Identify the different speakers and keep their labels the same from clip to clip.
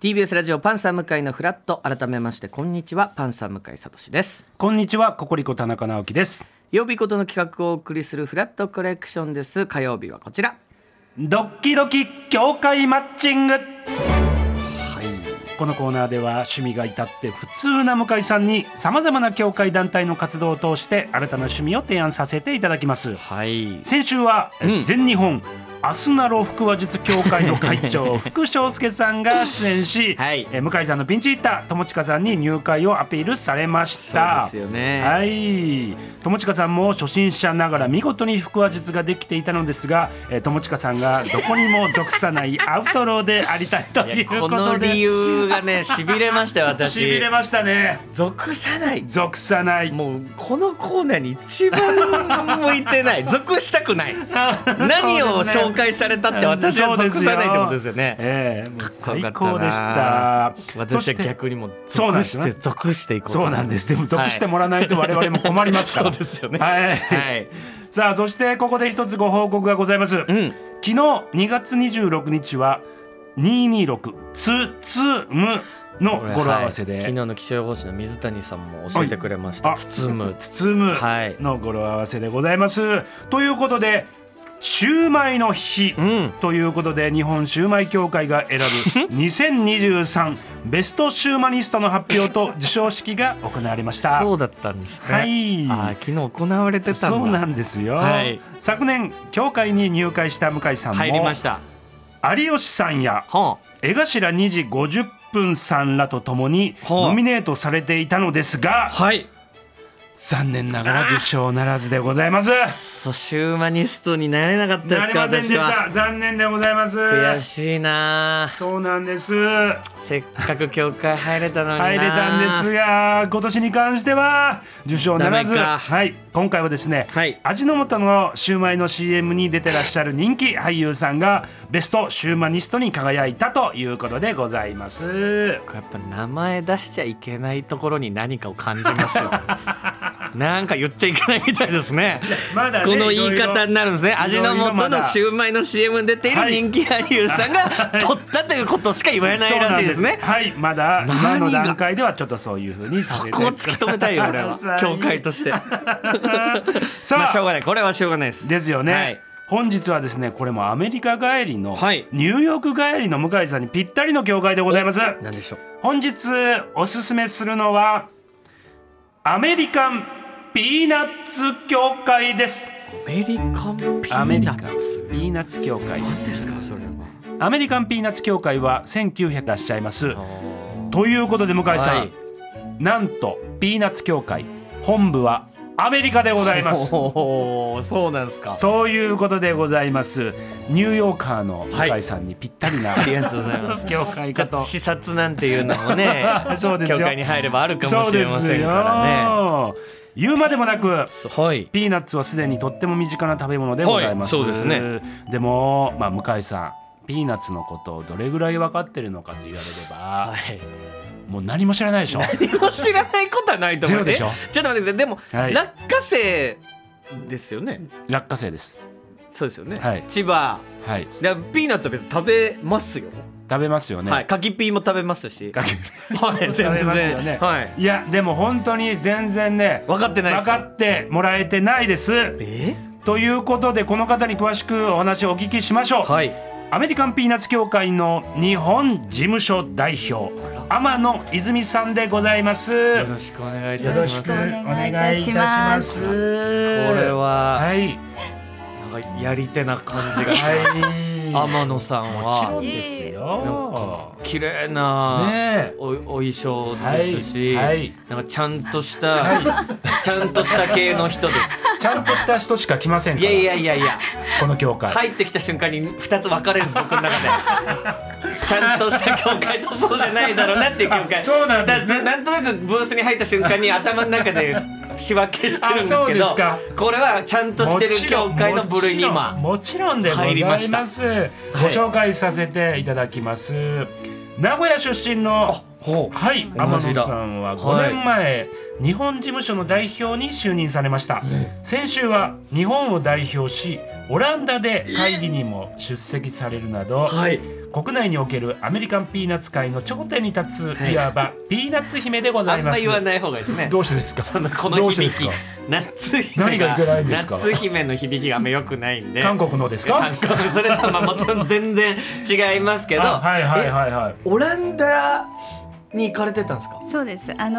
Speaker 1: TBS ラジオパンサー向井のフラット改めましてこんにちはパンサー向井聡です
Speaker 2: こんにちは、ココリコ田中直樹です。
Speaker 1: 曜日ごとの企画をお送りするフラットコレクションです火曜日はこちら
Speaker 2: ドッキドキ協会マッチング。このコーナーでは趣味が至って普通な向井さんにさまざまな協会団体の活動を通して新たな趣味を提案させていただきます
Speaker 1: はい
Speaker 2: 先週は、え全日本アスナロ腹話術協会の会 長福翔介さんが出演し、
Speaker 1: はい
Speaker 2: え向井さんのピンチヒッター友近さんに入会をアピールされまし
Speaker 1: そう
Speaker 2: た
Speaker 1: ですよね
Speaker 2: はい友近さんも初心者ながら見事に腹話術ができていたのですが、え友近さんがどこにも属さない アウトローでありたいということで
Speaker 1: この理由がねしびれましたよ私
Speaker 2: しびれましたね
Speaker 1: 属さない
Speaker 2: 属さない
Speaker 1: もうこのコーナーに一番向いてない属したく ない何を紹介されたって私は属さないってことですよね
Speaker 2: ええもう
Speaker 1: かっこよかっ
Speaker 2: 最
Speaker 1: たな
Speaker 2: 高でした
Speaker 1: 私は
Speaker 2: そして
Speaker 1: 逆にもう
Speaker 2: そうな
Speaker 1: 属
Speaker 2: んで
Speaker 1: し
Speaker 2: す
Speaker 1: て
Speaker 2: ね
Speaker 1: 属していこうと
Speaker 2: そう
Speaker 1: 思
Speaker 2: なんですでも
Speaker 1: は
Speaker 2: 属
Speaker 1: い
Speaker 2: してもらわないと我々も困りますか ら
Speaker 1: そうですよね
Speaker 2: はい、
Speaker 1: はい
Speaker 2: さあそしてここで一つご報告がございます、
Speaker 1: ん
Speaker 2: 昨日2月26日は226つつむの
Speaker 1: これ
Speaker 2: 語呂合わせ
Speaker 1: は
Speaker 2: で、
Speaker 1: い昨日の気象予報士の水谷さんも教えてくれまし
Speaker 2: は
Speaker 1: た
Speaker 2: いあ
Speaker 1: 包む
Speaker 2: 包む
Speaker 1: はい
Speaker 2: の語呂合わせでございます。ということでシューマイの日、
Speaker 1: ん
Speaker 2: ということで日本シューマイ協会が選 ぶ2023ベストシューマニストの発表と授賞式が行われました。
Speaker 1: そうだったんですねあ
Speaker 2: はい
Speaker 1: ー昨日行われてたんだ
Speaker 2: そうなんですよ、
Speaker 1: はい
Speaker 2: 昨年協会に入会した向井さんも
Speaker 1: 入りました
Speaker 2: 有吉さんや
Speaker 1: は
Speaker 2: 江頭2時50分さんらとともに
Speaker 1: はあ
Speaker 2: ノミネートされていたのです
Speaker 1: あ
Speaker 2: が
Speaker 1: はい
Speaker 2: 残念ながら受賞ならずでございます。
Speaker 1: そうシューマニストになれなかったですか
Speaker 2: なりませんでし
Speaker 1: 私は
Speaker 2: た残念でございます
Speaker 1: 悔しいなあ
Speaker 2: そうなんです入
Speaker 1: せっかく教会入れたのにな
Speaker 2: れたんですが今年に関しては受賞ならず、
Speaker 1: ダメか
Speaker 2: はい、今回はですね、
Speaker 1: はい
Speaker 2: 味の素のシューマイの CM に出てらっしゃる人気俳優さんがベストシューマニストに輝いたということでございます
Speaker 1: やっぱ名前出しちゃいけないところに何かを感じます よなんか言っちゃいけないみたいですね
Speaker 2: まだね
Speaker 1: この言い方になるんですね
Speaker 2: い
Speaker 1: 味
Speaker 2: ろいろ
Speaker 1: の素のシューマイの CM に出ている
Speaker 2: はい
Speaker 1: 人気俳優さんが取ったということしか言わないらしいですね
Speaker 2: そうなんですはいまだ今の
Speaker 1: 何が
Speaker 2: 段階ではちょっとそういうふうにさ
Speaker 1: そ
Speaker 2: せて
Speaker 1: こを突き止めたいよ俺は教会として
Speaker 2: さあ、
Speaker 1: まあしょうがないこれはしょうがないです
Speaker 2: ですよね、
Speaker 1: はい
Speaker 2: 本日はですねこれもアメリカ帰りの、
Speaker 1: はい
Speaker 2: ニューヨーク帰りの向井さんにぴったりの教会でございます
Speaker 1: 何でしょう
Speaker 2: 本日おすすめするのはアメリカンピーナッツ教会です
Speaker 1: アメリカンピ
Speaker 2: アメ
Speaker 1: ー
Speaker 2: リ
Speaker 1: ナ
Speaker 2: カンピ
Speaker 1: ッツ
Speaker 2: ーナッツ教会
Speaker 1: 何ですかそれは
Speaker 2: アメリカンピーナッツ教会は1900いらっしゃいますということで向井さん、
Speaker 1: はい
Speaker 2: なんとピーナッツ協会本部はアメリカでござい ます
Speaker 1: おーそうなんですか
Speaker 2: そういうことでございますニューヨーカーの向井さんにぴったりな、
Speaker 1: ありがとうございます
Speaker 2: 協会
Speaker 1: ちょっ
Speaker 2: か
Speaker 1: と
Speaker 2: と
Speaker 1: 視察なんていうのもね
Speaker 2: そうです
Speaker 1: 教
Speaker 2: よ
Speaker 1: 会に入ればあるかもしれませんからね
Speaker 2: そうですよ言うまでもなく
Speaker 1: はい
Speaker 2: ピーナッツはすでにとっても身近な食べ物でございます、
Speaker 1: はいそうですね
Speaker 2: でも、まあ、向井さんピーナッツのことをどれぐらい分かってるのかと言われれば、
Speaker 1: はい
Speaker 2: もう何も知らないでし ょ
Speaker 1: 何も知らないことはないと思う
Speaker 2: ゼロでしょ
Speaker 1: えちょっと待ってくださいでも、
Speaker 2: はい
Speaker 1: 落花生ですよね
Speaker 2: 落花生です
Speaker 1: そうですよね、
Speaker 2: はい
Speaker 1: 千葉
Speaker 2: はい
Speaker 1: でピーナッツは別に食べますよ、
Speaker 2: 食べますよね、
Speaker 1: はい柿ピーも食べますし
Speaker 2: かけ
Speaker 1: はい全
Speaker 2: 食べます
Speaker 1: 然、
Speaker 2: よね
Speaker 1: はい
Speaker 2: いやでも本当に全然ね
Speaker 1: 分かってないで
Speaker 2: 分
Speaker 1: すか
Speaker 2: かってもらえてないです
Speaker 1: え
Speaker 2: ということでこの方に詳しくお話をお聞きしましょう、
Speaker 1: はい
Speaker 2: アメリカンピーナッツ協会の日本事務所代表天野泉さんでございます
Speaker 1: よろしくお願いいたし
Speaker 3: ろ
Speaker 1: ま
Speaker 3: し
Speaker 1: す
Speaker 3: くお願いいたし
Speaker 2: お
Speaker 3: ます
Speaker 2: 願いいたします
Speaker 1: これは
Speaker 2: はい
Speaker 1: なんかやり手な感じが、
Speaker 2: はい
Speaker 1: 天野さん
Speaker 2: もちろ
Speaker 1: は
Speaker 2: んです
Speaker 1: なん
Speaker 2: よ
Speaker 1: 綺麗な、
Speaker 2: ねえ
Speaker 1: おお衣装ですし、
Speaker 2: はいはい
Speaker 1: なんかちゃんとした、ちゃんとした系の人です。
Speaker 2: ちゃんとした人しか来ません
Speaker 1: い
Speaker 2: か
Speaker 1: や
Speaker 2: ら
Speaker 1: いやいやいや、
Speaker 2: この協会
Speaker 1: 入ってきた瞬間に二つ分かれるんです僕の中で。ちゃんとした教会とそうじゃないだろうなっていう教会。
Speaker 2: あそうなんですね
Speaker 1: 二つなんとなくブースに入った瞬間に頭の中で仕分けしてるんです
Speaker 2: あそう
Speaker 1: け
Speaker 2: で
Speaker 1: ど
Speaker 2: すか、
Speaker 1: これはちゃんとしてる教会の部類に今。
Speaker 2: もちろんもちろんもちろんでございますご
Speaker 1: はい
Speaker 2: 紹介させていただきます、名古屋出身の
Speaker 1: ほう
Speaker 2: はい天
Speaker 1: 同
Speaker 2: 野
Speaker 1: じだ
Speaker 2: さんは5
Speaker 1: はい
Speaker 2: 年前、日本事務所の代表に就任されました、先週は日本を代表しオランダで会議にも出席されるなど、
Speaker 1: はい
Speaker 2: 国内におけるアメリカンピーナッツ界の頂点に立ついわばピーナッツ姫でござ
Speaker 1: あ
Speaker 2: い
Speaker 1: ん
Speaker 2: ま
Speaker 1: ます言わない方がいいですね
Speaker 2: どうしてですか
Speaker 1: そのこ
Speaker 2: ど
Speaker 1: の
Speaker 2: うしてで
Speaker 1: 響
Speaker 2: す
Speaker 1: き
Speaker 2: か
Speaker 1: 夏姫
Speaker 2: 何がいけないんですか
Speaker 1: 夏姫の響きがあんま良くないんで
Speaker 2: 韓国のですか
Speaker 1: 韓国それとはまあもちろん全然違いますけど、
Speaker 2: あはいはいはいはい
Speaker 1: オランダに行かれてたんですか
Speaker 3: そうです。あの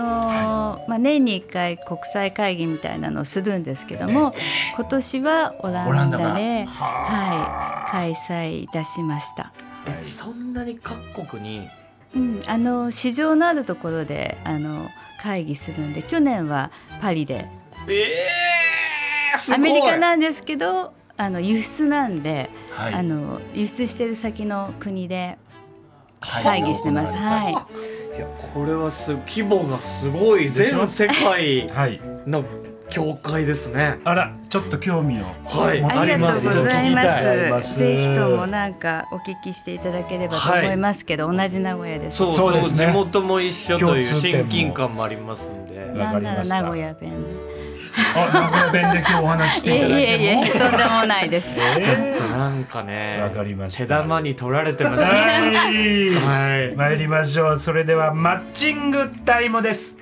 Speaker 3: ーまあ年に一回国際会議みたいなのをするんですけども、今年はオ
Speaker 2: オラ
Speaker 3: ラ
Speaker 2: ン
Speaker 3: ン
Speaker 2: ダが
Speaker 3: ダで
Speaker 2: はあ
Speaker 3: はい開催いたしました。
Speaker 1: えそんなに各国に
Speaker 3: うん、あの市場のあるところであの会議するんで、去年はパリで
Speaker 1: ええー、すごい
Speaker 3: アメリカなんですけど、あの輸出なんで、
Speaker 2: はい
Speaker 3: あの輸出してる先の国で
Speaker 2: はい
Speaker 3: 会議してます。はい。
Speaker 1: いやこれはす規模がすごい
Speaker 2: でしょ
Speaker 1: 全世界
Speaker 2: はい
Speaker 1: の教会ですね
Speaker 2: あらちょっと興味を
Speaker 1: はい
Speaker 2: 持た
Speaker 3: あ
Speaker 2: れ
Speaker 3: りがとうござい
Speaker 2: ちょっと聞たいあり
Speaker 3: ま。
Speaker 2: ますす
Speaker 3: ぜひともなんかお聞きしていただければと思いますけど、同じ名古屋です。
Speaker 1: そうそう
Speaker 2: そうですね
Speaker 1: 地元も一緒という
Speaker 2: 共通点も
Speaker 1: 親近感もありますんで
Speaker 2: わか
Speaker 3: なん
Speaker 2: り
Speaker 3: な
Speaker 2: ま
Speaker 3: ら
Speaker 2: した
Speaker 3: 名古屋弁
Speaker 2: あ名古屋弁で今日お話しし
Speaker 3: で。
Speaker 2: て
Speaker 3: い
Speaker 2: いただい
Speaker 3: え
Speaker 2: て
Speaker 3: い
Speaker 2: も
Speaker 3: えいえ、とんでもないです。
Speaker 1: ちょっとなんかね
Speaker 2: わかりました
Speaker 1: 手玉に取られてます ね
Speaker 2: は
Speaker 1: はい
Speaker 2: い参りましょうそれではマッチングタイムです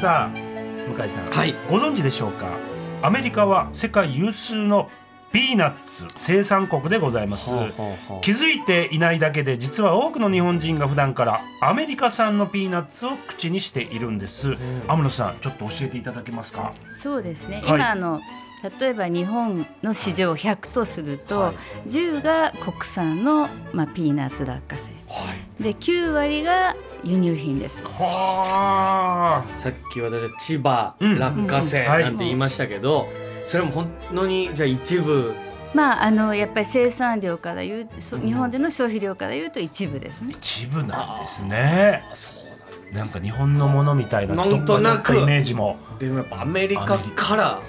Speaker 2: さあ向井さん、
Speaker 1: はい
Speaker 2: ご存知でしょうかアメリカは世界有数のピーナッツ生産国でございます
Speaker 1: ほうほうほう
Speaker 2: 気づいていないだけで実は多くの日本人が普段からアメリカ産のピーナッツを口にしているんです、天野さんちょっと教えていただけますか
Speaker 3: そうですね。
Speaker 2: はい
Speaker 3: 今あの例えば日本の市場を100とすると、10が国産のまあピーナッツ落花生、
Speaker 1: はい
Speaker 3: で9割が輸入品です。
Speaker 2: はあ
Speaker 1: さっき私は千葉
Speaker 2: うん
Speaker 1: 落花生なんて言いましたけど、それも本当にじゃあ一部
Speaker 3: まああのやっぱり生産量から言う、そ日本での消費量から言うと一部ですね。
Speaker 2: 一部なんですね
Speaker 1: そう
Speaker 2: なんか日本のものみたいな
Speaker 1: なんとなく
Speaker 2: どっかどっかイメージも
Speaker 1: なんでもやっぱアメリカから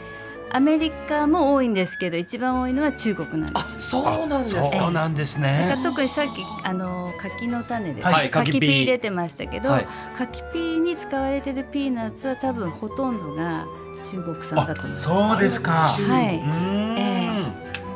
Speaker 3: アメリカも多いんですけど一番多いのは中国なんで
Speaker 1: あ
Speaker 3: す。
Speaker 1: そうなんです
Speaker 2: あそう
Speaker 1: ね
Speaker 2: なんです
Speaker 3: なん
Speaker 2: ね
Speaker 3: か特にさっきあの柿の種です、
Speaker 1: はい
Speaker 3: 柿
Speaker 1: 柿
Speaker 3: ピ
Speaker 1: ピー
Speaker 3: ー出てましたけど、
Speaker 1: はい
Speaker 3: 柿ピーに使われてるピーナッツは多分ほとんどが中国産だと思い
Speaker 2: あ
Speaker 3: ます。
Speaker 2: そうですか
Speaker 1: そうう
Speaker 3: は
Speaker 2: ー
Speaker 3: い、
Speaker 2: ん、
Speaker 3: え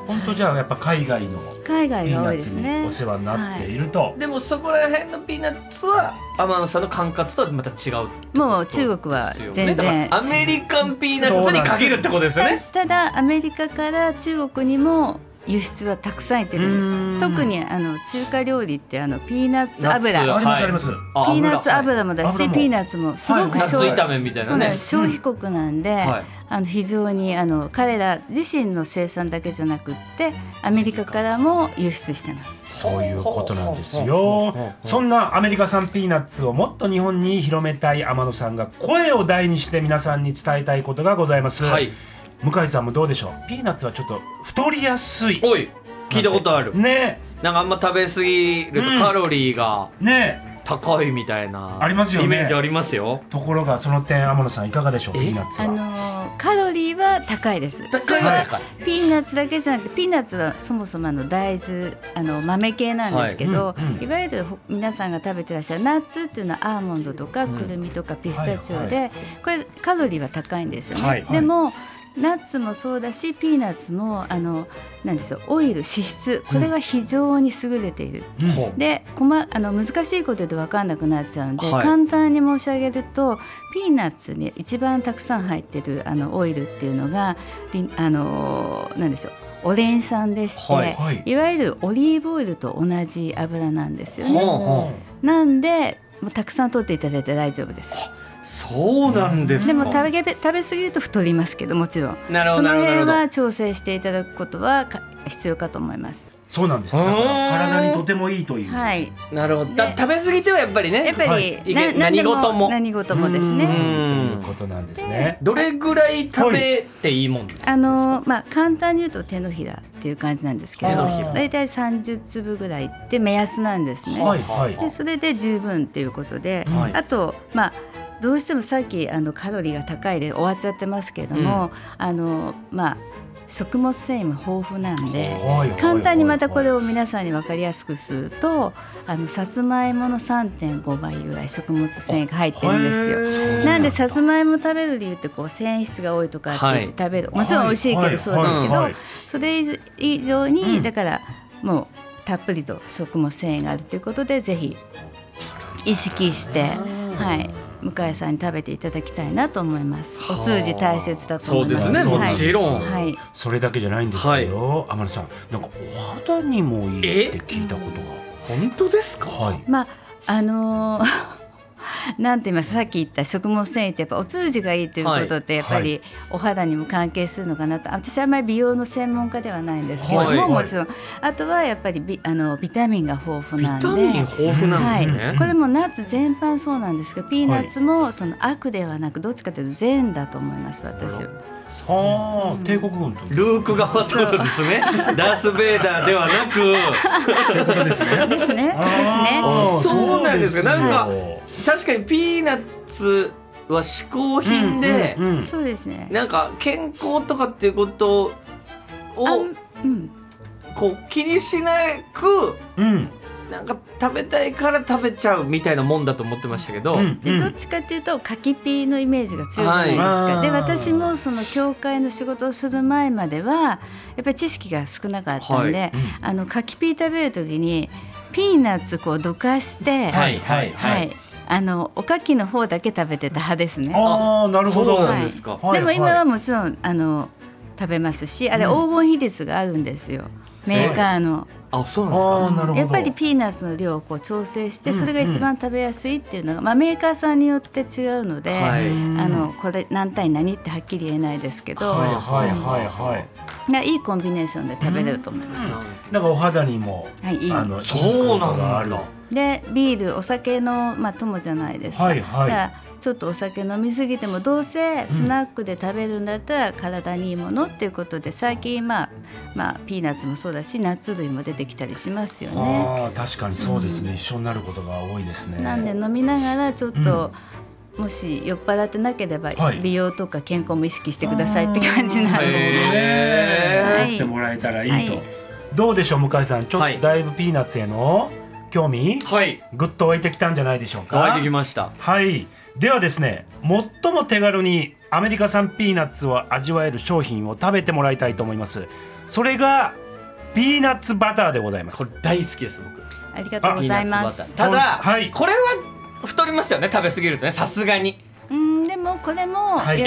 Speaker 2: 本当じゃあやっぱ海外の
Speaker 3: 海
Speaker 2: ピ
Speaker 3: 外
Speaker 2: ー
Speaker 3: が
Speaker 2: ナ
Speaker 3: 多い
Speaker 2: ッ
Speaker 3: で
Speaker 2: ツ
Speaker 3: す
Speaker 2: に
Speaker 3: ね
Speaker 2: お。世話になっていると、
Speaker 1: でもそこら辺のピーナッツは天野さんの管轄とはまた違う
Speaker 3: もう中国は
Speaker 1: ですよね
Speaker 3: 全然
Speaker 1: だからアメリカンピーナッツに限るってことですよね
Speaker 3: たただアメリカから中国にも輸出はたくさんいってる
Speaker 2: うー
Speaker 3: ん
Speaker 2: ん
Speaker 3: です。特にあの中華料理ってあのピーナッツ
Speaker 1: ナ
Speaker 3: 油
Speaker 1: ッ、
Speaker 2: あります、
Speaker 1: はい
Speaker 2: あります
Speaker 1: あ
Speaker 3: ピーナッツ
Speaker 1: はい
Speaker 3: 油もだ
Speaker 2: 油
Speaker 3: し、
Speaker 2: も
Speaker 3: ピーナッツもすご
Speaker 2: は
Speaker 3: く
Speaker 1: 夏
Speaker 2: い
Speaker 3: 消費
Speaker 1: 炒めみたい
Speaker 3: そ
Speaker 1: な
Speaker 3: うなん
Speaker 1: ね
Speaker 3: です消費国なんで、
Speaker 1: はい
Speaker 3: あの非常にあの彼ら自身の生産だけじゃなくってアメリカからも輸出してます。
Speaker 2: そういうことなんです
Speaker 1: ほうほう
Speaker 2: よ
Speaker 1: ほうほう
Speaker 2: そんなアメリカ産ピーナッツをもっと日本に広めたい天野さんが声を大にして皆さんに伝えたいことがございます、
Speaker 1: はい
Speaker 2: 向井さんもどうでしょうピーナッツはちょっと太りやすい
Speaker 1: おい聞いたことある
Speaker 2: ね
Speaker 1: なんかあんま食べ過ぎる
Speaker 2: うん
Speaker 1: とカロリーが
Speaker 2: えねえ
Speaker 1: 高いみたいな
Speaker 2: ありますよね
Speaker 1: イメージありますよ
Speaker 2: ところがその点天野さんいかがでしょうピーナッツ
Speaker 3: あ
Speaker 2: は
Speaker 3: のカロリーは高いです。
Speaker 1: 高い
Speaker 3: それは
Speaker 1: 高い
Speaker 3: ピーナッツだけじゃなくてピーナッツはそもそもあの大豆あの豆系なんですけど、
Speaker 2: はい
Speaker 3: い
Speaker 2: うんうん
Speaker 3: わゆるほ皆さんが食べてらっしゃるナッツっていうのはアーモンドとか
Speaker 1: うん
Speaker 3: くるみとかピスタチオで、
Speaker 2: は
Speaker 3: これカロリーは高いんですよね。
Speaker 1: はい
Speaker 3: でもナッツもそうだしピーナッツもあのなんでしょうオイル脂質これが非常に優れている。
Speaker 2: うん
Speaker 1: ほう
Speaker 3: でこまあの難しいこと言うと分かんなくなっちゃうんで、
Speaker 1: はい
Speaker 3: 簡単に申し上げるとピーナッツに一番たくさん入ってるあのオイルっていうのがリンあのーなんでしょうオレン酸でして、
Speaker 1: はい
Speaker 3: い
Speaker 2: はい
Speaker 3: わゆるオリーブオイルと同じ油なんですよ
Speaker 1: ほう
Speaker 3: ね。
Speaker 1: ほ
Speaker 3: なんでもうたくさん取っていただいて大丈夫です。
Speaker 1: うそうなんです
Speaker 3: で
Speaker 1: か
Speaker 3: も食べ食べ過ぎると太りますけどもちろん
Speaker 1: なるほ
Speaker 3: そ
Speaker 1: ど
Speaker 3: の
Speaker 1: なるほど
Speaker 3: 辺
Speaker 1: なる
Speaker 3: は調整していただくことはか必要かと思います。
Speaker 2: そうなんですだから体にとてもいいという、
Speaker 3: はい、
Speaker 1: ほどなるほどだ
Speaker 3: ね
Speaker 1: 食べ過ぎてはやっぱりね
Speaker 3: やっぱり、
Speaker 2: はい
Speaker 1: い
Speaker 3: な
Speaker 1: け何事も
Speaker 3: 何事もです
Speaker 2: う
Speaker 3: ね。
Speaker 2: ん
Speaker 1: うん
Speaker 2: ということなんですね
Speaker 1: どれぐらい食べていいもんですか
Speaker 3: あのまあ簡単に言うと手のひらっていう感じなんですけれど
Speaker 1: 手のひら
Speaker 3: 大体30粒ぐらいって目安なんですね。
Speaker 2: はいはい
Speaker 3: でそれで十分っていうことで、
Speaker 1: はい
Speaker 3: あとまあどうしてもさっきあのカロリーが高いで終わっちゃってますけれども、あのまあ食物繊維も豊富なんで
Speaker 2: はいはい
Speaker 3: 簡単にまたこれを皆さんに分かりやすくするとあのさつまいもの3.5倍ぐらい食物繊維が入ってるんですよ。
Speaker 2: へー
Speaker 3: なんでさつまいも食べる理由ってこう繊維質が多いとかって言って食べる、もちろん美味しいけどそうですけど、
Speaker 2: はいはい
Speaker 3: それ以上に、だからもうたっぷりと食物繊維があるということでぜひ意識して、はい、向井さんに食べていただきたいなと思います。お通じ大切だと思います。
Speaker 2: そうですね
Speaker 3: はい
Speaker 2: もち
Speaker 1: ろん
Speaker 3: はい
Speaker 2: それだけじゃないんです
Speaker 1: はい
Speaker 2: よ、天野さんなんかお肌にもいいって聞いたこと
Speaker 1: 本当ですか
Speaker 2: がはい
Speaker 3: まああのー なんて言いますかさっき言った食物繊維ってやっぱお通じがいいということってやっぱ
Speaker 2: はいは
Speaker 3: りお肌にも関係するのかなと私はあまり美容の専門家ではないんですけども、
Speaker 1: はいはい
Speaker 3: もちろんあとはやっぱりビあのビタミンが豊富
Speaker 1: ビ
Speaker 3: なんで
Speaker 1: タミン豊富なんです
Speaker 3: は
Speaker 1: ね
Speaker 3: い、これもナッツ全般そうなんですけどピーナッツもその悪ではなくどっちかというと善だと思います私は。
Speaker 2: はあ帝国軍と
Speaker 1: ルーク側ってことですねダース・ベイダーではなく
Speaker 3: ですね。ですね。
Speaker 2: あー
Speaker 1: そうなんですよなんか
Speaker 2: よ
Speaker 1: 確かにピーナッツは嗜好品で、
Speaker 2: うんうんうん
Speaker 3: そうですね。
Speaker 1: なんか健康とかっていうことを
Speaker 3: あんうん、
Speaker 1: こう気にしなく
Speaker 2: うん
Speaker 1: なんか食べたいから食べちゃうみたいなもんだと思ってましたけど、
Speaker 2: うん
Speaker 3: でどっちかっていうと柿ピーのイメージが強いじゃないですか、
Speaker 2: はい
Speaker 3: で私もその教会の仕事をする前まではやっぱり知識が少なかったんで、
Speaker 2: いうん
Speaker 3: あの柿ピー食べる時にピーナッツこうどかして、
Speaker 1: はいはい
Speaker 3: は
Speaker 1: はい
Speaker 3: いあのおかきの方だけ食べてた派ですね。
Speaker 2: ああなるほど
Speaker 1: そうなんですか
Speaker 3: でも今は
Speaker 2: も
Speaker 3: もちろんあの食べますしあれ黄金比率があるんですよ、メーカーの。
Speaker 1: あそうなんですか
Speaker 2: ああなるほど
Speaker 3: やっぱりピーナッツの量をこう調整して
Speaker 2: うん
Speaker 3: それが一番食べやすいっていうのが、まあ、メーカーさんによって違うので、
Speaker 1: はい
Speaker 3: あのこれ何対何ってはっきり言えないですけど、
Speaker 2: はいはいはいはい
Speaker 3: い、いコンビネーションで食べれると思います。
Speaker 2: なんかお肌にも
Speaker 3: はいいい
Speaker 2: あの
Speaker 1: そうなんだ
Speaker 2: 効果がある
Speaker 3: でビールお酒の、まあ、友じゃないですか,、
Speaker 2: はいはい
Speaker 3: だからちょっとお酒飲みすぎてもどうせスナックで食べるんだったら体にいいものっていうことで最近、まあまあ、ピーナッツもそうだしナッツ類も出てきたりしますよね。
Speaker 2: ああ確かにそうですね一緒になることが多いですね
Speaker 3: なんで飲みながらちょっと、もし酔っ払ってなければ
Speaker 2: はい
Speaker 3: 美容とか健康も意識してくださいって感じなんですね。
Speaker 2: ね
Speaker 3: はい
Speaker 2: やってもらえたらいいと、
Speaker 3: はい
Speaker 2: どうでしょう向井さんちょっ
Speaker 1: はい
Speaker 2: とだいぶピーナッツへの興味、
Speaker 1: はい
Speaker 2: ぐっと湧いてきたんじゃないでしょうか
Speaker 1: 乾いてきました
Speaker 2: はいではですね最も手軽にアメリカ産ピーナッツを味わえる商品を食べてもらいたいと思いますそれがピーナッツバターでございます
Speaker 1: これ大好きです僕
Speaker 3: ありがとうございます。
Speaker 1: ただ、
Speaker 2: はい
Speaker 1: これは太りますよね食べ過ぎるとねさすがに
Speaker 3: うんでもこれもやっぱ
Speaker 2: はい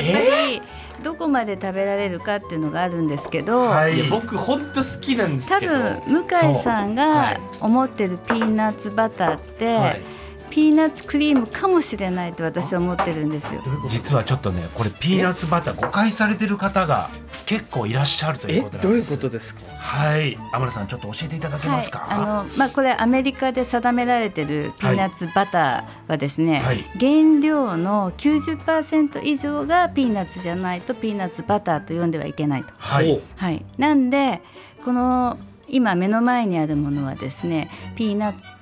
Speaker 3: り、どこまで食べられるかっていうのがあるんですけど、
Speaker 2: はい
Speaker 1: いや僕ほんと好きなんです
Speaker 3: 多
Speaker 1: けど
Speaker 3: 分向井さ
Speaker 1: は
Speaker 3: んが
Speaker 1: い
Speaker 3: 思ってるピーナッツバターって、
Speaker 1: はい
Speaker 3: ピーナッツクリームかもしれないと私は思ってるんですよ。
Speaker 2: 実はちょっとねこれピーナッツバター誤解されてる方が結構いらっしゃるということなんです
Speaker 1: とですか
Speaker 2: はい天野さんちょっと教えていただけますか、
Speaker 3: はい、あのまあこれアメリカで定められてるピーナッツバターはですね、
Speaker 2: はい
Speaker 3: 原料の90%以上がピーナッツじゃないとピーナッツバターと呼んではいけないと。
Speaker 2: はい
Speaker 1: ほう
Speaker 3: はい、なんでこの今目の前にあるものはですねピーナッツ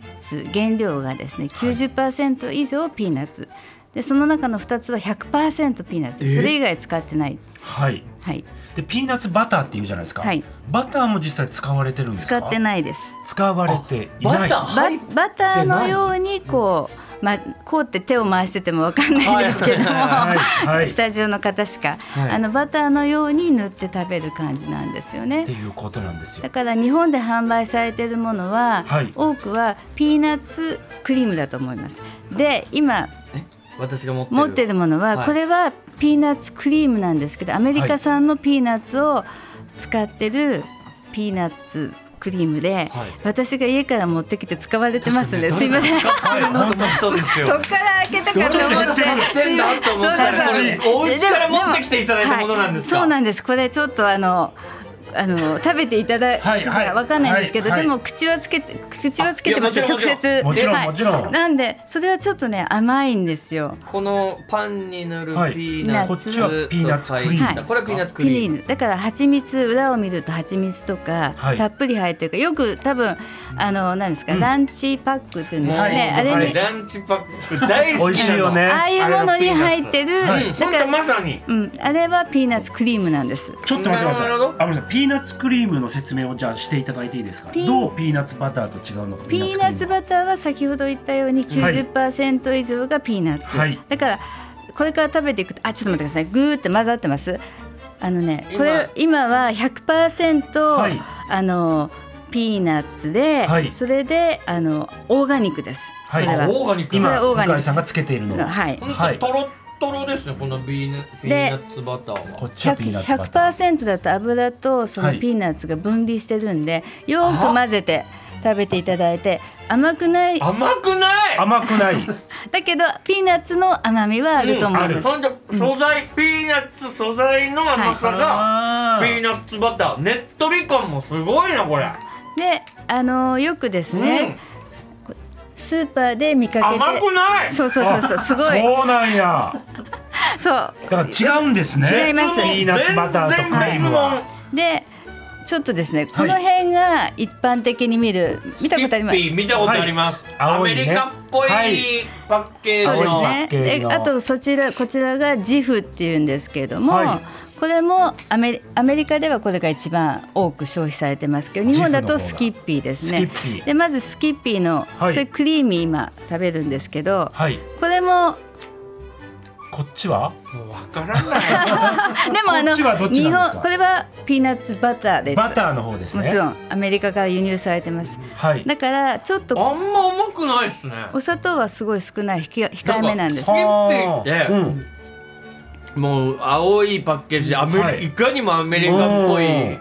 Speaker 3: 原料がですね90%以上ピーナッツ、でその中の2つは100%ピーナッツそれ以外使ってない、
Speaker 2: はい
Speaker 3: はい、
Speaker 2: でピーナッツバターっていうじゃないですか、
Speaker 3: はい
Speaker 2: バターも実際使われてるんです
Speaker 3: 使
Speaker 2: か
Speaker 3: って
Speaker 2: い
Speaker 3: ないです。
Speaker 2: 使われていな
Speaker 1: バ
Speaker 2: い
Speaker 1: ター
Speaker 3: バ
Speaker 1: 入っ
Speaker 3: バターのようにこう、まあ、こうって手を回しててもわかんないですけども、
Speaker 2: はい はい
Speaker 3: スタジオの方しか、
Speaker 1: はい
Speaker 3: あのバターのように塗って食べる感じなんですよね
Speaker 2: って。いうことなんです よ
Speaker 3: だから日本で販売されているものは、
Speaker 2: はい
Speaker 3: 多くはピーナッツクリームだと思います。で今
Speaker 1: 私が持ってる
Speaker 3: 持っているものは、
Speaker 1: はい
Speaker 3: これはピーナッツクリームなんですけどアメリカ産のピーナッツを使ってるピーナッツクリームで、
Speaker 1: はい
Speaker 3: 私が家から持ってきて使われてますので、すいません。そこ
Speaker 1: あるなと思ったんですよ
Speaker 3: から開けたかと思って。
Speaker 1: 持ってんだと思ったら
Speaker 3: そうそう
Speaker 1: これお家から持ってきていただいたものなんですか
Speaker 3: はいそうなんですこれちょっとあのあの食べていただく
Speaker 2: はいはい
Speaker 3: かわかんないんですけど、
Speaker 2: はいはい
Speaker 3: でも口はつけて口はつけてますよ
Speaker 1: いやも
Speaker 3: 直
Speaker 1: ちろん
Speaker 3: 接
Speaker 2: もちろん
Speaker 3: はい
Speaker 2: もちろん
Speaker 3: なんでそれはちょっとね甘いんですよ
Speaker 1: このパンに塗る
Speaker 2: はい
Speaker 1: ピーナッツ、
Speaker 3: こっ
Speaker 2: ちはピーナッツクリーム
Speaker 1: と入った
Speaker 3: はい
Speaker 1: これはピーナッツク
Speaker 3: ピ
Speaker 1: リー
Speaker 3: ニ
Speaker 1: ム。
Speaker 3: ーだから蜂蜜裏を見ると蜂蜜とか、
Speaker 2: はい
Speaker 3: たっぷり入ってるからよく多分あの何ですか、
Speaker 2: うん
Speaker 3: ランチパックっていうんですかね、
Speaker 2: はい
Speaker 3: あれに、
Speaker 2: は
Speaker 1: ランチパック大好きなの。
Speaker 2: 美味しいよね
Speaker 3: ああいうものに入ってる、
Speaker 2: あれ
Speaker 1: うん。
Speaker 3: だ
Speaker 1: 本
Speaker 3: か
Speaker 1: 当
Speaker 3: ら、
Speaker 1: まさに。
Speaker 3: うん、あれはピーナッツクリームなんです。
Speaker 2: ちょっと待ってください。
Speaker 1: な
Speaker 2: あ
Speaker 1: るほど
Speaker 2: ごめんなさい。ピーナッツクリームの説明をじゃあしていただいていいですか。
Speaker 3: ピー
Speaker 2: どうピーナッツバターと違うのか。
Speaker 3: ピーナッツ
Speaker 2: ター
Speaker 3: バターは先ほど言ったように90%以上がピーナッツ、
Speaker 2: はい
Speaker 3: だからこれから食べていくとあちょっと待ってくださいグーって混ざってますあのねこれ今は100%、
Speaker 2: はい
Speaker 3: あのピーナッツで、
Speaker 2: はい
Speaker 3: それであのオーガニックです、
Speaker 2: はい
Speaker 3: これは
Speaker 1: あオーガニック。
Speaker 3: これ
Speaker 2: 今
Speaker 3: オーガニッ
Speaker 2: 向
Speaker 3: ク
Speaker 2: 井さんがつけているの。
Speaker 3: はい
Speaker 1: 本当
Speaker 2: はい
Speaker 1: トロットロですねこのビーナピーナッツバター
Speaker 2: こ
Speaker 1: は。
Speaker 2: っちはピーナッツバター。
Speaker 3: 100%だと油とその
Speaker 2: はい
Speaker 3: ピーナッツが分離してるんで、よーく混ぜて食べていただいて甘くない
Speaker 1: 甘くない。
Speaker 2: 甘くない。
Speaker 3: だけどピーナッツの甘みはあると思います、
Speaker 1: ほんで素材、ピーナッツ素材の甘さが、
Speaker 2: あ
Speaker 1: ピーナッツバターねっとり感もすごいなこれ。
Speaker 3: であのよくですね、スーパーで見か
Speaker 1: うん、
Speaker 3: けて
Speaker 1: 甘くない。
Speaker 3: そうそうそうそうすごい
Speaker 2: そうなんや。
Speaker 3: そう
Speaker 2: だから違うんですね。
Speaker 3: 違います
Speaker 2: ピーナッツバターとクリームは。
Speaker 3: でちょっとですねこの辺が一般的に見る、見たことあります
Speaker 1: スキッピー見たことあります。
Speaker 2: はい
Speaker 1: アメリカっぽい
Speaker 2: はい
Speaker 1: パッケージ
Speaker 3: そ
Speaker 1: の。
Speaker 3: うです
Speaker 2: パッケー
Speaker 3: ね
Speaker 2: ジ
Speaker 3: で
Speaker 2: の
Speaker 3: あとそちらこちらがジフっていうんですけれども、
Speaker 2: はい
Speaker 3: これもアメリアメリカではこれが一番多く消費されてますけど日本だ
Speaker 2: ジフの
Speaker 3: と
Speaker 2: 方が
Speaker 3: スキッピーです
Speaker 2: スキ
Speaker 3: ね
Speaker 2: ッピー
Speaker 3: でまずスキッピーの、
Speaker 2: はい
Speaker 3: それクリーミー今食べるんですけど
Speaker 2: はい。
Speaker 3: これも
Speaker 2: こっちは。
Speaker 1: もうわからない。
Speaker 3: でもあ
Speaker 2: こ
Speaker 3: の
Speaker 2: っちはどっち
Speaker 3: 日
Speaker 2: なんです
Speaker 3: 本
Speaker 2: か
Speaker 3: これはピーナッツバターです。
Speaker 2: バターの方です
Speaker 3: も
Speaker 2: ね。
Speaker 3: ちろんアメリカから輸入されてます。
Speaker 2: はい。
Speaker 3: だからちょっと
Speaker 1: あんま甘くないですね。
Speaker 3: お砂糖はすごい少ないひき控えめなんです
Speaker 1: か。ッピーって
Speaker 2: うん
Speaker 1: もう青いパッケージでアメリ、
Speaker 2: はい
Speaker 1: い、かにもアメリカっぽい
Speaker 2: うん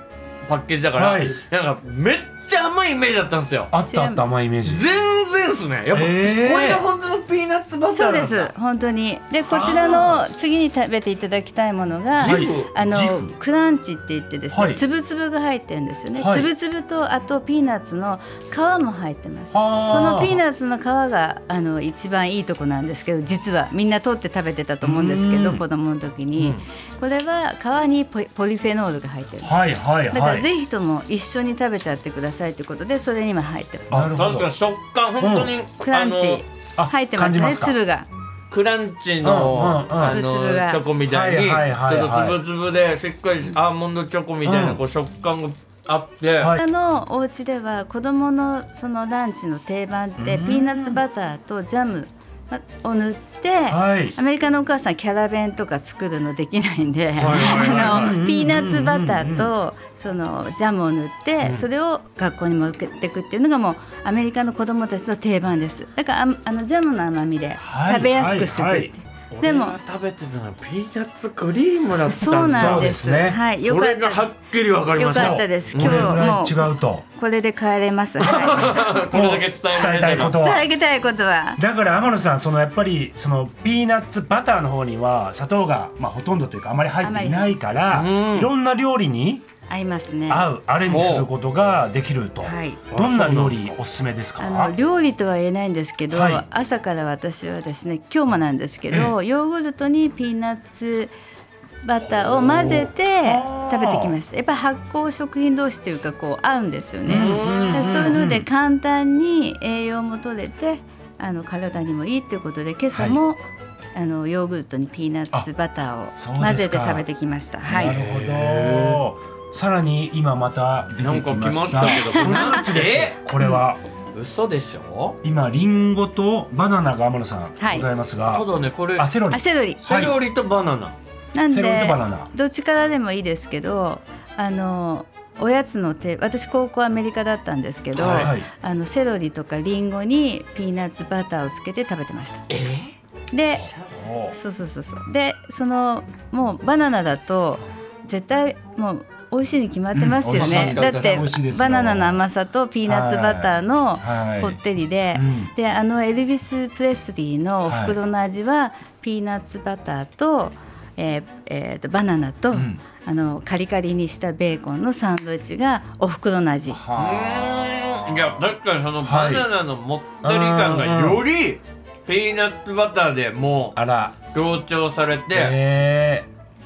Speaker 1: パッケージだから、
Speaker 2: はい
Speaker 1: なんかめっちゃ甘いイメージだったんですよ
Speaker 2: あったあった甘いイメージ。
Speaker 1: 全然っすねやっぱ、
Speaker 2: えー
Speaker 1: これが本当のピーナッツバター
Speaker 3: そ
Speaker 1: な
Speaker 3: うん
Speaker 1: だ
Speaker 3: です本当に。でこちらの次に食べていただきたいものが
Speaker 1: ジ。
Speaker 2: はい
Speaker 1: フ
Speaker 3: あの
Speaker 2: ジフ
Speaker 3: クランチって言ってです
Speaker 2: は
Speaker 3: ね、
Speaker 2: い
Speaker 3: つぶつぶが入ってるんですよね、
Speaker 2: はい
Speaker 3: つぶつぶとあとピーナッツの皮も入ってますこ
Speaker 2: はあ
Speaker 3: のピーナッツの皮があの一番いいとこなんですけど実はみんな取って食べてたと思うんですけど
Speaker 2: うん
Speaker 3: 子供の時に、これは皮にポリポリフェノールが入ってる
Speaker 2: はいはい
Speaker 3: だか
Speaker 2: は
Speaker 3: ら
Speaker 2: い。
Speaker 3: ぜひとも一緒に食べちゃってくださいということでそれにも入ってる
Speaker 2: なるほ
Speaker 1: 確か
Speaker 2: ど
Speaker 1: に。食感本当に、
Speaker 3: クラ
Speaker 1: あ
Speaker 3: ン
Speaker 1: の
Speaker 3: チ
Speaker 2: あ
Speaker 3: 入って
Speaker 2: 感
Speaker 3: ますね
Speaker 2: じますか
Speaker 3: 粒が
Speaker 1: クランチの,、
Speaker 2: うんうんうん
Speaker 1: あ
Speaker 3: つぶつぶ
Speaker 1: の
Speaker 3: が
Speaker 1: チョコみたいに、
Speaker 2: はいはいはいはい
Speaker 1: ちょっとつぶつぶでしっかりアーモンドチョコみたいな、
Speaker 2: うん
Speaker 1: こう食感があって、
Speaker 2: はい
Speaker 3: あのお家では子供のそのランチの定番ってピーナッツバターとジャムまを塗って、
Speaker 2: はい。
Speaker 3: アメリカのお母さんキャラ弁とか作るのできないんで、
Speaker 1: はいはいはい
Speaker 3: あ
Speaker 2: うん
Speaker 3: のピーナッツバターとそのジャムを塗ってそれを学校に持っていくっていうのがもうアメリカの子供たちの定番です。だからあんあのジャムの甘みで
Speaker 2: はい
Speaker 3: 食べやすくしていくっていう。で
Speaker 1: 俺
Speaker 3: も
Speaker 1: が食べてたのはピーナッツクリームだったんですよ
Speaker 3: そうなんで
Speaker 2: そ
Speaker 3: す。
Speaker 2: うですね
Speaker 3: はい、よ
Speaker 1: こ
Speaker 3: かっ
Speaker 1: れがは
Speaker 3: た。
Speaker 1: っきりわかりました
Speaker 3: よかったです
Speaker 1: うん
Speaker 3: 今日
Speaker 2: これぐらい違うと。
Speaker 3: これで帰れます。は
Speaker 1: これだけ伝えられ
Speaker 2: 伝
Speaker 1: た
Speaker 2: えたい
Speaker 1: い
Speaker 2: こと
Speaker 3: い、
Speaker 2: は
Speaker 3: 伝え上げたいことは。
Speaker 2: だから天野さんそのやっぱりそのピーナッツバターの方には砂糖がまあほとんどというかあまり入っていないから
Speaker 1: あまりうん
Speaker 2: いろんな料理に
Speaker 3: 合いますね。
Speaker 2: 合うアレンジすることができると
Speaker 3: はい
Speaker 2: どんな料理おすすめですか
Speaker 3: あの料理とは言えないんですけど、
Speaker 2: はい
Speaker 3: 朝から私はですね今日もなんですけどヨーグルトにピーナッツバターを混ぜて
Speaker 2: ほう
Speaker 3: 食べてきましたやっぱ発酵食品同士というかこう合うんですよね、
Speaker 2: うん
Speaker 1: うん
Speaker 3: でそういうので簡単に栄養も取れてあの体にもいいということで今朝も、あのヨーグルトにピーナッツバタ
Speaker 2: そ
Speaker 3: ー
Speaker 2: うで
Speaker 3: を
Speaker 2: すか
Speaker 3: 混ぜて食べてきましたは
Speaker 2: ないるほどさらに今また出てき
Speaker 1: なんか来ま
Speaker 2: まし
Speaker 1: したたけど
Speaker 2: フルーツで
Speaker 1: え
Speaker 2: すこれは
Speaker 1: 嘘でしょ
Speaker 2: 今リンゴとバナナが天野さんご
Speaker 3: はい
Speaker 2: ざいますが
Speaker 1: ただねこれ
Speaker 2: あセロリ
Speaker 3: あセロリ
Speaker 1: セロリとバナナ
Speaker 3: なん
Speaker 2: セロリ
Speaker 3: で
Speaker 2: とバナナ
Speaker 3: どっちからでもいいですけどあのおやつの手私高校アメリカだったんですけど、
Speaker 1: はい
Speaker 2: はい
Speaker 3: あのセロリとかリンゴにピーナッツバターをつけて食べてました
Speaker 1: え
Speaker 3: で
Speaker 2: おー
Speaker 3: そうそうそうそうでそのもうバナナだと絶対もう美味しいに決まってますよね、
Speaker 1: うん
Speaker 3: だって
Speaker 2: 美味しいですよ
Speaker 3: バナナの甘さとピーナッツバターの
Speaker 2: はい
Speaker 3: こってりで、
Speaker 2: うん
Speaker 3: であのエルビス・プレスリーのお袋の味はピーナッツバターとえーえーとバナナと、
Speaker 2: ん
Speaker 3: あのカリカリにしたベーコンのサンドイッチがお袋の味
Speaker 1: いや確かにそのバナナのもったり感がよりピーナッツバターでも
Speaker 2: あら
Speaker 1: う強調されて、
Speaker 2: え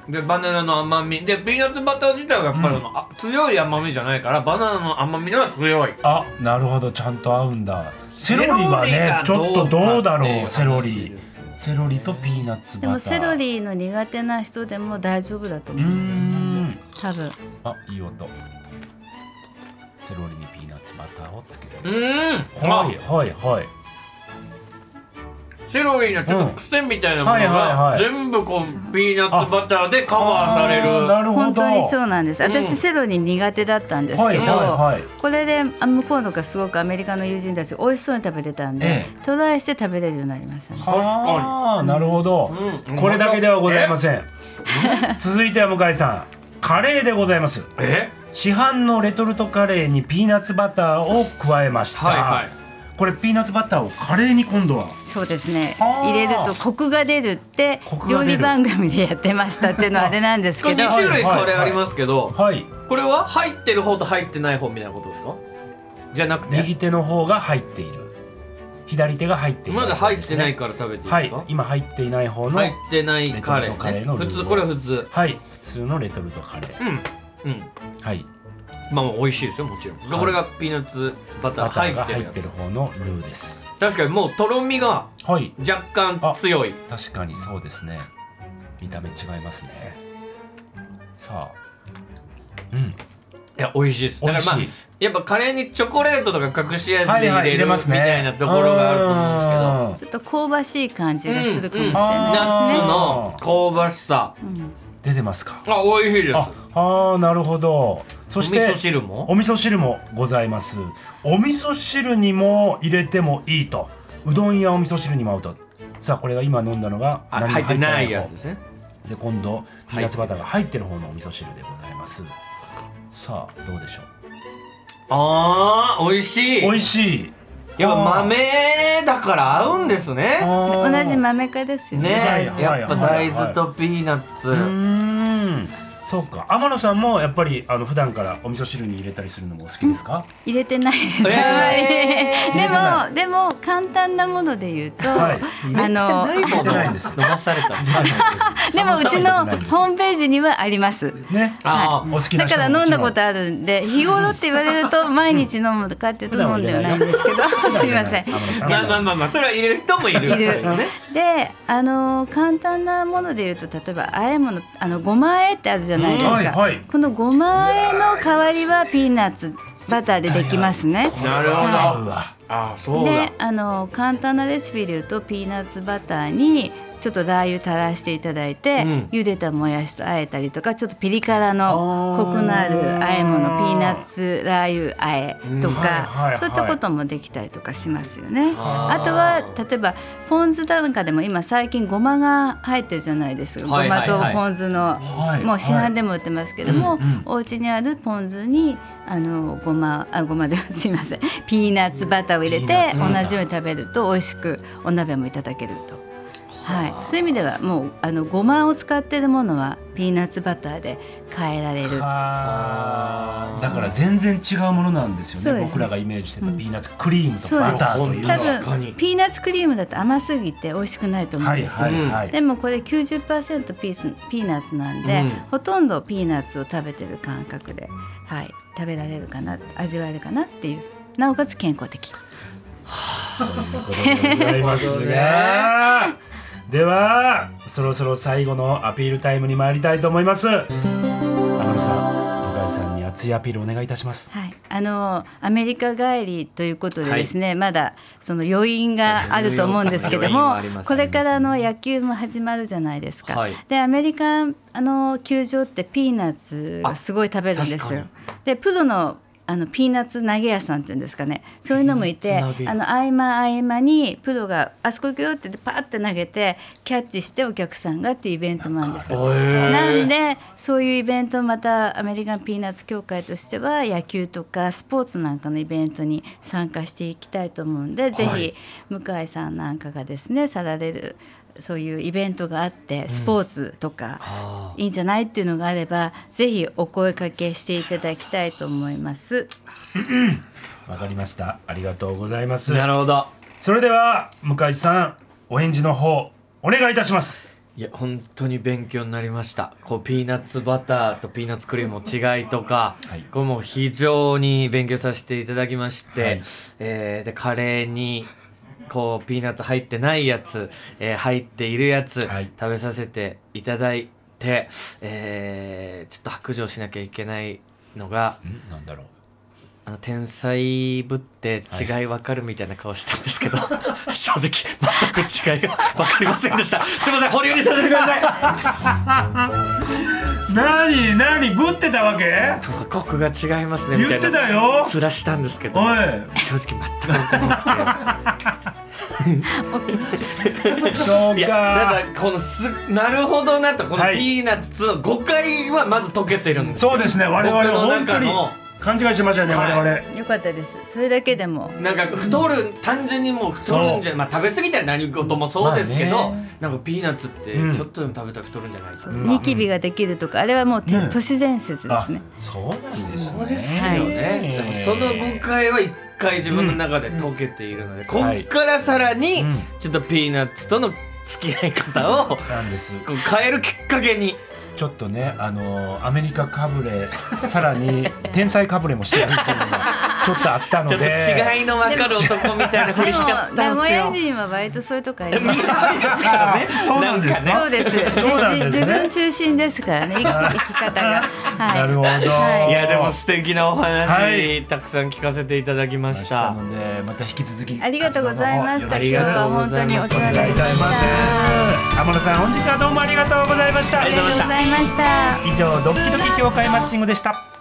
Speaker 1: でバナナの甘みでピーナッツバター自体はやっぱりその、あ強い甘みじゃないからバナナの甘みの方が強い
Speaker 2: ー、あなるほどちゃんと合うんだセロリ
Speaker 1: セロ
Speaker 2: が
Speaker 1: リ
Speaker 2: ね
Speaker 1: が
Speaker 2: ちょっとどうだろう
Speaker 1: どうかっていう話
Speaker 2: セロリ
Speaker 1: ですよね
Speaker 2: セロリとピーナッツバ
Speaker 3: で
Speaker 2: ター
Speaker 3: もセロリの苦手な人でも大丈夫だと
Speaker 2: う
Speaker 3: 思
Speaker 2: ー
Speaker 3: います
Speaker 2: ん
Speaker 3: 多分
Speaker 2: あいい音セロリにピーナッツバターをつける
Speaker 1: うーん
Speaker 2: は
Speaker 1: あ
Speaker 2: いはいはい
Speaker 1: セロリのちょっと癖みたいなもの
Speaker 2: うんはいはいは
Speaker 1: が
Speaker 2: い
Speaker 1: 全部こうピーナッツバターでカバーされ
Speaker 2: あーな
Speaker 1: る
Speaker 2: るほど
Speaker 3: 本当にそううなんです私、セロリ苦手だったんです
Speaker 2: はい
Speaker 3: けど、
Speaker 2: はいはい
Speaker 3: これであ向こうのがすごくアメリカの友人たちが美味しそうに食べてたんで、
Speaker 2: え
Speaker 3: トライして食べれるようになりましたね
Speaker 1: かに
Speaker 2: はあなるほど、
Speaker 1: うん
Speaker 2: これだけではございません続いては向井さんカレーでございます
Speaker 1: え
Speaker 2: 市販のレトルトカレーにピーナッツバターを加えました、
Speaker 1: はいはい
Speaker 2: これピーナッツバターをカレーに今度は
Speaker 3: そうですね
Speaker 2: はあ
Speaker 3: 入れるとコクが出るって
Speaker 2: コクが
Speaker 3: 料
Speaker 2: 出る
Speaker 3: 理番組でやってましたっていうのはあれなんです
Speaker 1: こ
Speaker 3: け
Speaker 1: れ
Speaker 3: ど
Speaker 1: 2種類カレーありますけど
Speaker 2: はい
Speaker 1: これは入ってる方と入ってない方みたいなことですかじゃなくて
Speaker 2: 右手の方が入っている左手が入っている
Speaker 1: まだ入ってないから食べていいですか、
Speaker 2: はい今入っていない方の、
Speaker 1: 入ってないカレー,、ね、
Speaker 2: レトルトカレーのルー
Speaker 1: 普通これは普通
Speaker 2: はい普通のレトルトカレー
Speaker 1: うんうん
Speaker 2: はい
Speaker 1: まあ美味しいですよもちろん、
Speaker 2: い
Speaker 1: これがピーナッツバター
Speaker 2: バター
Speaker 1: 入
Speaker 2: が
Speaker 1: って
Speaker 2: 入
Speaker 1: る
Speaker 2: っ
Speaker 1: や
Speaker 2: て
Speaker 1: つ
Speaker 2: る方のルーです
Speaker 1: 確かにもうとろみが
Speaker 2: はい
Speaker 1: 若干強い
Speaker 2: 確かにそうですね見た目違いますねさあうん
Speaker 1: いや美味しいですだか
Speaker 2: 美
Speaker 1: ら
Speaker 2: 味しい
Speaker 1: まあやっぱカレーにチョコレートとか隠し味で入れるみ
Speaker 2: ね
Speaker 1: たいなところがあると思うんですけど、
Speaker 2: うん
Speaker 3: ちょっと香ばしい感じがするかもしれ
Speaker 1: ナ
Speaker 3: な
Speaker 1: ッ
Speaker 3: い
Speaker 1: ツ
Speaker 3: ですね、
Speaker 1: の香ばしさ
Speaker 2: 出てますか
Speaker 1: あ美味しいです
Speaker 2: ああーなるほどそして
Speaker 1: お味噌汁も
Speaker 2: お味噌汁もございますお味噌汁にも入れてもいいとうどんやお味噌汁にも合うとさあこれが今飲んだのが
Speaker 1: あ
Speaker 2: 何も
Speaker 1: 入ってない
Speaker 2: 方
Speaker 1: やつですね
Speaker 2: で今度ピーナッツバターが入ってる方のお味噌汁でございますさあどうでしょう
Speaker 1: あー美味しい
Speaker 2: 美味しい
Speaker 1: やっぱ豆だから合うんですね
Speaker 2: あー
Speaker 3: 同じ豆科ですよね
Speaker 1: ね、
Speaker 2: はいはいはい
Speaker 1: やっぱ大豆とピーナッツ、
Speaker 2: うーんそうか天野さんもやっぱりあの普段からお味噌汁に入れたりするのもお好きですか、
Speaker 3: 入れてないです、
Speaker 1: え
Speaker 2: ー
Speaker 3: あんまり でもでも簡単なもので言うと、
Speaker 2: はい
Speaker 3: あの
Speaker 1: ないも
Speaker 2: 入れ
Speaker 1: の
Speaker 2: てないんです
Speaker 1: 飲まされた
Speaker 3: でもうちのホームページにはあります
Speaker 2: ね
Speaker 1: あ
Speaker 2: お
Speaker 1: ー
Speaker 2: 好きな
Speaker 3: だ
Speaker 2: 人
Speaker 3: から
Speaker 2: も
Speaker 3: 飲んだ
Speaker 2: も
Speaker 3: こ
Speaker 2: ちろ
Speaker 3: とあるんで日頃って言われると毎日飲むかっていうと飲んではないんですけど すいませ
Speaker 2: 天
Speaker 3: ん
Speaker 2: 野さ
Speaker 1: まあまあまあまあそれは入れる人もいる
Speaker 3: いる
Speaker 1: ね
Speaker 3: であのー簡単なもので言うと例えば和え物あのごま和えってあるじゃないですか、
Speaker 2: うんはいはい
Speaker 3: このごま和えの代わりはピーナッツバターでできますね。
Speaker 1: なるほど、
Speaker 2: 合うわ
Speaker 1: ああそうだ
Speaker 3: であのー簡単なレシピで言うとピーナッツバターにちょっとラー油垂らしていただいて、
Speaker 1: うん
Speaker 3: 茹でたもやしと和えたりとかちょっとピリ辛の
Speaker 2: あー
Speaker 3: コクのある和え物ピーナッツラー油和えと
Speaker 1: うん
Speaker 2: はいはいは
Speaker 3: か
Speaker 2: い
Speaker 3: そういったこともできたりとかしますよね。
Speaker 1: あー
Speaker 3: あとは例えばポン酢なんかでも今最近ごまが入ってるじゃないですか、
Speaker 1: はいはいはい
Speaker 3: ごまとポン酢の、
Speaker 2: はい
Speaker 3: もう市販でも売ってますけども、お家にあるポン酢にあのごまあごまですいませんピーナッツバターを入れ
Speaker 2: ピーナッ
Speaker 3: て
Speaker 2: ツ
Speaker 3: 同
Speaker 2: バター
Speaker 3: じように食べると美味しくお鍋もいただけると。はい、そういう意味ではもうあのごまを使っているものはピーナッツバターで変えられる
Speaker 2: はあだから全然違うものなんですよ
Speaker 3: そう
Speaker 2: ね
Speaker 3: です
Speaker 2: 僕らがイメージしてたピーナッツクリームと
Speaker 3: そうです
Speaker 2: バターというの
Speaker 3: 多
Speaker 2: は
Speaker 1: 確かに
Speaker 3: 分ピーナッツクリームだと甘すぎて美味しくないと思うん
Speaker 2: は
Speaker 3: です
Speaker 2: い
Speaker 3: よ、
Speaker 2: はいはい、
Speaker 3: でもこれ90%ピースピーナッツなんで、
Speaker 1: うん
Speaker 3: ほとんどピーナッツを食べてる感覚で、はい、食べられるかな味わえるかなっていうなおかつ健康的
Speaker 2: ということでございますが、ではそろそろ最後のアピールタイムに参りたいと思います天野さん向井さんに熱いアピールお願いいたします
Speaker 3: はい、あのアメリカ帰りということでですね、まだその余韻があると思うんですけど
Speaker 1: 余韻は
Speaker 3: も
Speaker 1: あります
Speaker 3: これからあの野球も始まるじゃないですか、
Speaker 1: はい
Speaker 3: でアメリカあの球場ってピーナッツがすごい食べるんで
Speaker 1: あ
Speaker 3: す
Speaker 1: 確か
Speaker 3: よ
Speaker 1: に。
Speaker 3: でプロのあのピーナッツ投げ屋さんっていうんですかねそういうのもい
Speaker 1: ピー
Speaker 3: て
Speaker 1: ナッツ投げ
Speaker 3: あの合間合間にプロが「あそこ行くよ」って言ってパーって投げてキャッチしてお客さんがっていうイベントもあるんですよ。なんでそういうイベントまたアメリカンピーナッツ協会としては野球とかスポーツなんかのイベントに参加していきたいと思うんで、ぜひ向井さんなんかがですねさられるそういうイベントがあってスポーツとか、いいんじゃないっていうのがあればぜひお声かけしていただきたいと思います。
Speaker 2: わかりましたありがとうございます
Speaker 1: なるほど
Speaker 2: それでは向井さんお返事の方お願いいたします
Speaker 1: いや本当に勉強になりましたこうピーナッツバターとピーナッツクリームの違いとか、
Speaker 2: はい
Speaker 1: これも非常に勉強させていただきまして、
Speaker 2: はい
Speaker 1: えーでカレーにこうピーナッツ入ってないやつ、えー入っているやつ、
Speaker 2: はい
Speaker 1: 食べさせていただいて、えーちょっと白状しなきゃいけないのが
Speaker 2: んなんだろう
Speaker 1: あの天才ぶって違いわかるみたいな顔したんですけど、正直全く違いがわかりませんでしたすいません保留にさせてください
Speaker 2: 何何ぶってたわけ
Speaker 1: なんかコクが違いますねみた
Speaker 2: 言
Speaker 1: い
Speaker 2: っ
Speaker 1: な
Speaker 2: てたよ
Speaker 1: ずらしたんですけど
Speaker 2: おい
Speaker 1: 正直全く分かんな
Speaker 2: そう
Speaker 1: くて いや
Speaker 2: か
Speaker 1: ただこのすなるほどなとこの
Speaker 2: はい
Speaker 1: ピーナッツ誤解はまず解けてるんですよ
Speaker 2: そうですね我々
Speaker 1: 僕の
Speaker 2: 本当
Speaker 1: 中
Speaker 2: に
Speaker 1: の
Speaker 2: 勘違いしてましたよね
Speaker 1: はい
Speaker 2: 我々
Speaker 3: よかったです。それだけでも
Speaker 1: なんか太る単純にもう太るんじゃまあ食べ過ぎたら何事もそうですけ
Speaker 2: ま
Speaker 1: ど、
Speaker 2: あね
Speaker 1: なんかピーナッツって
Speaker 2: うん
Speaker 1: ちょっとでも食べたら太るんじゃないか、
Speaker 3: ニキビができるとかあれはもうて
Speaker 2: ね
Speaker 3: 都市伝説ですね。
Speaker 2: あそうなんです
Speaker 1: そう
Speaker 2: ね
Speaker 1: ですよね、
Speaker 2: はい
Speaker 1: だからその誤解は一回自分の中で解けているので、こ
Speaker 2: は
Speaker 1: っ
Speaker 2: い
Speaker 1: からさらに
Speaker 2: うん
Speaker 1: ちょっとピーナッツとの付き合い方を
Speaker 2: なんです
Speaker 1: こう変えるきっかけに
Speaker 2: ちょっとねあのーアメリカかぶれ さらに天才かぶれもしてるっていうのがちょっとあったの
Speaker 1: ちょ
Speaker 2: で
Speaker 1: っと違いの分かる男みたいなふ
Speaker 3: で
Speaker 1: り
Speaker 3: も
Speaker 1: しちゃった
Speaker 3: 名
Speaker 1: んす
Speaker 3: 古
Speaker 1: よ
Speaker 3: 屋。人は割とそういうとこあり
Speaker 1: 見
Speaker 3: ます。
Speaker 1: たいですからね。
Speaker 2: そうなんですね
Speaker 3: そ うです。じ
Speaker 2: そうなんですね
Speaker 3: じ自分中心ですから ね。生き生き方が。はい。
Speaker 2: なるほど、
Speaker 3: はい
Speaker 1: やでも素敵なお話、
Speaker 2: はい
Speaker 1: たくさん聞かせていただきま
Speaker 2: ま
Speaker 1: し
Speaker 2: した
Speaker 1: た。
Speaker 2: のでまた引き続き
Speaker 3: ありがとうございました。
Speaker 1: あ
Speaker 3: 今
Speaker 1: り
Speaker 3: 日
Speaker 1: が
Speaker 3: は
Speaker 1: とうご
Speaker 3: 本
Speaker 1: ざ
Speaker 3: 当
Speaker 1: います
Speaker 3: にお世話になり
Speaker 2: お
Speaker 3: ました。
Speaker 2: 活動をよろしくお願いいたします天野さん本日はどうもありがとうございました
Speaker 3: ありがとうございました。
Speaker 2: 以上ドッキドキ協会マッチングでした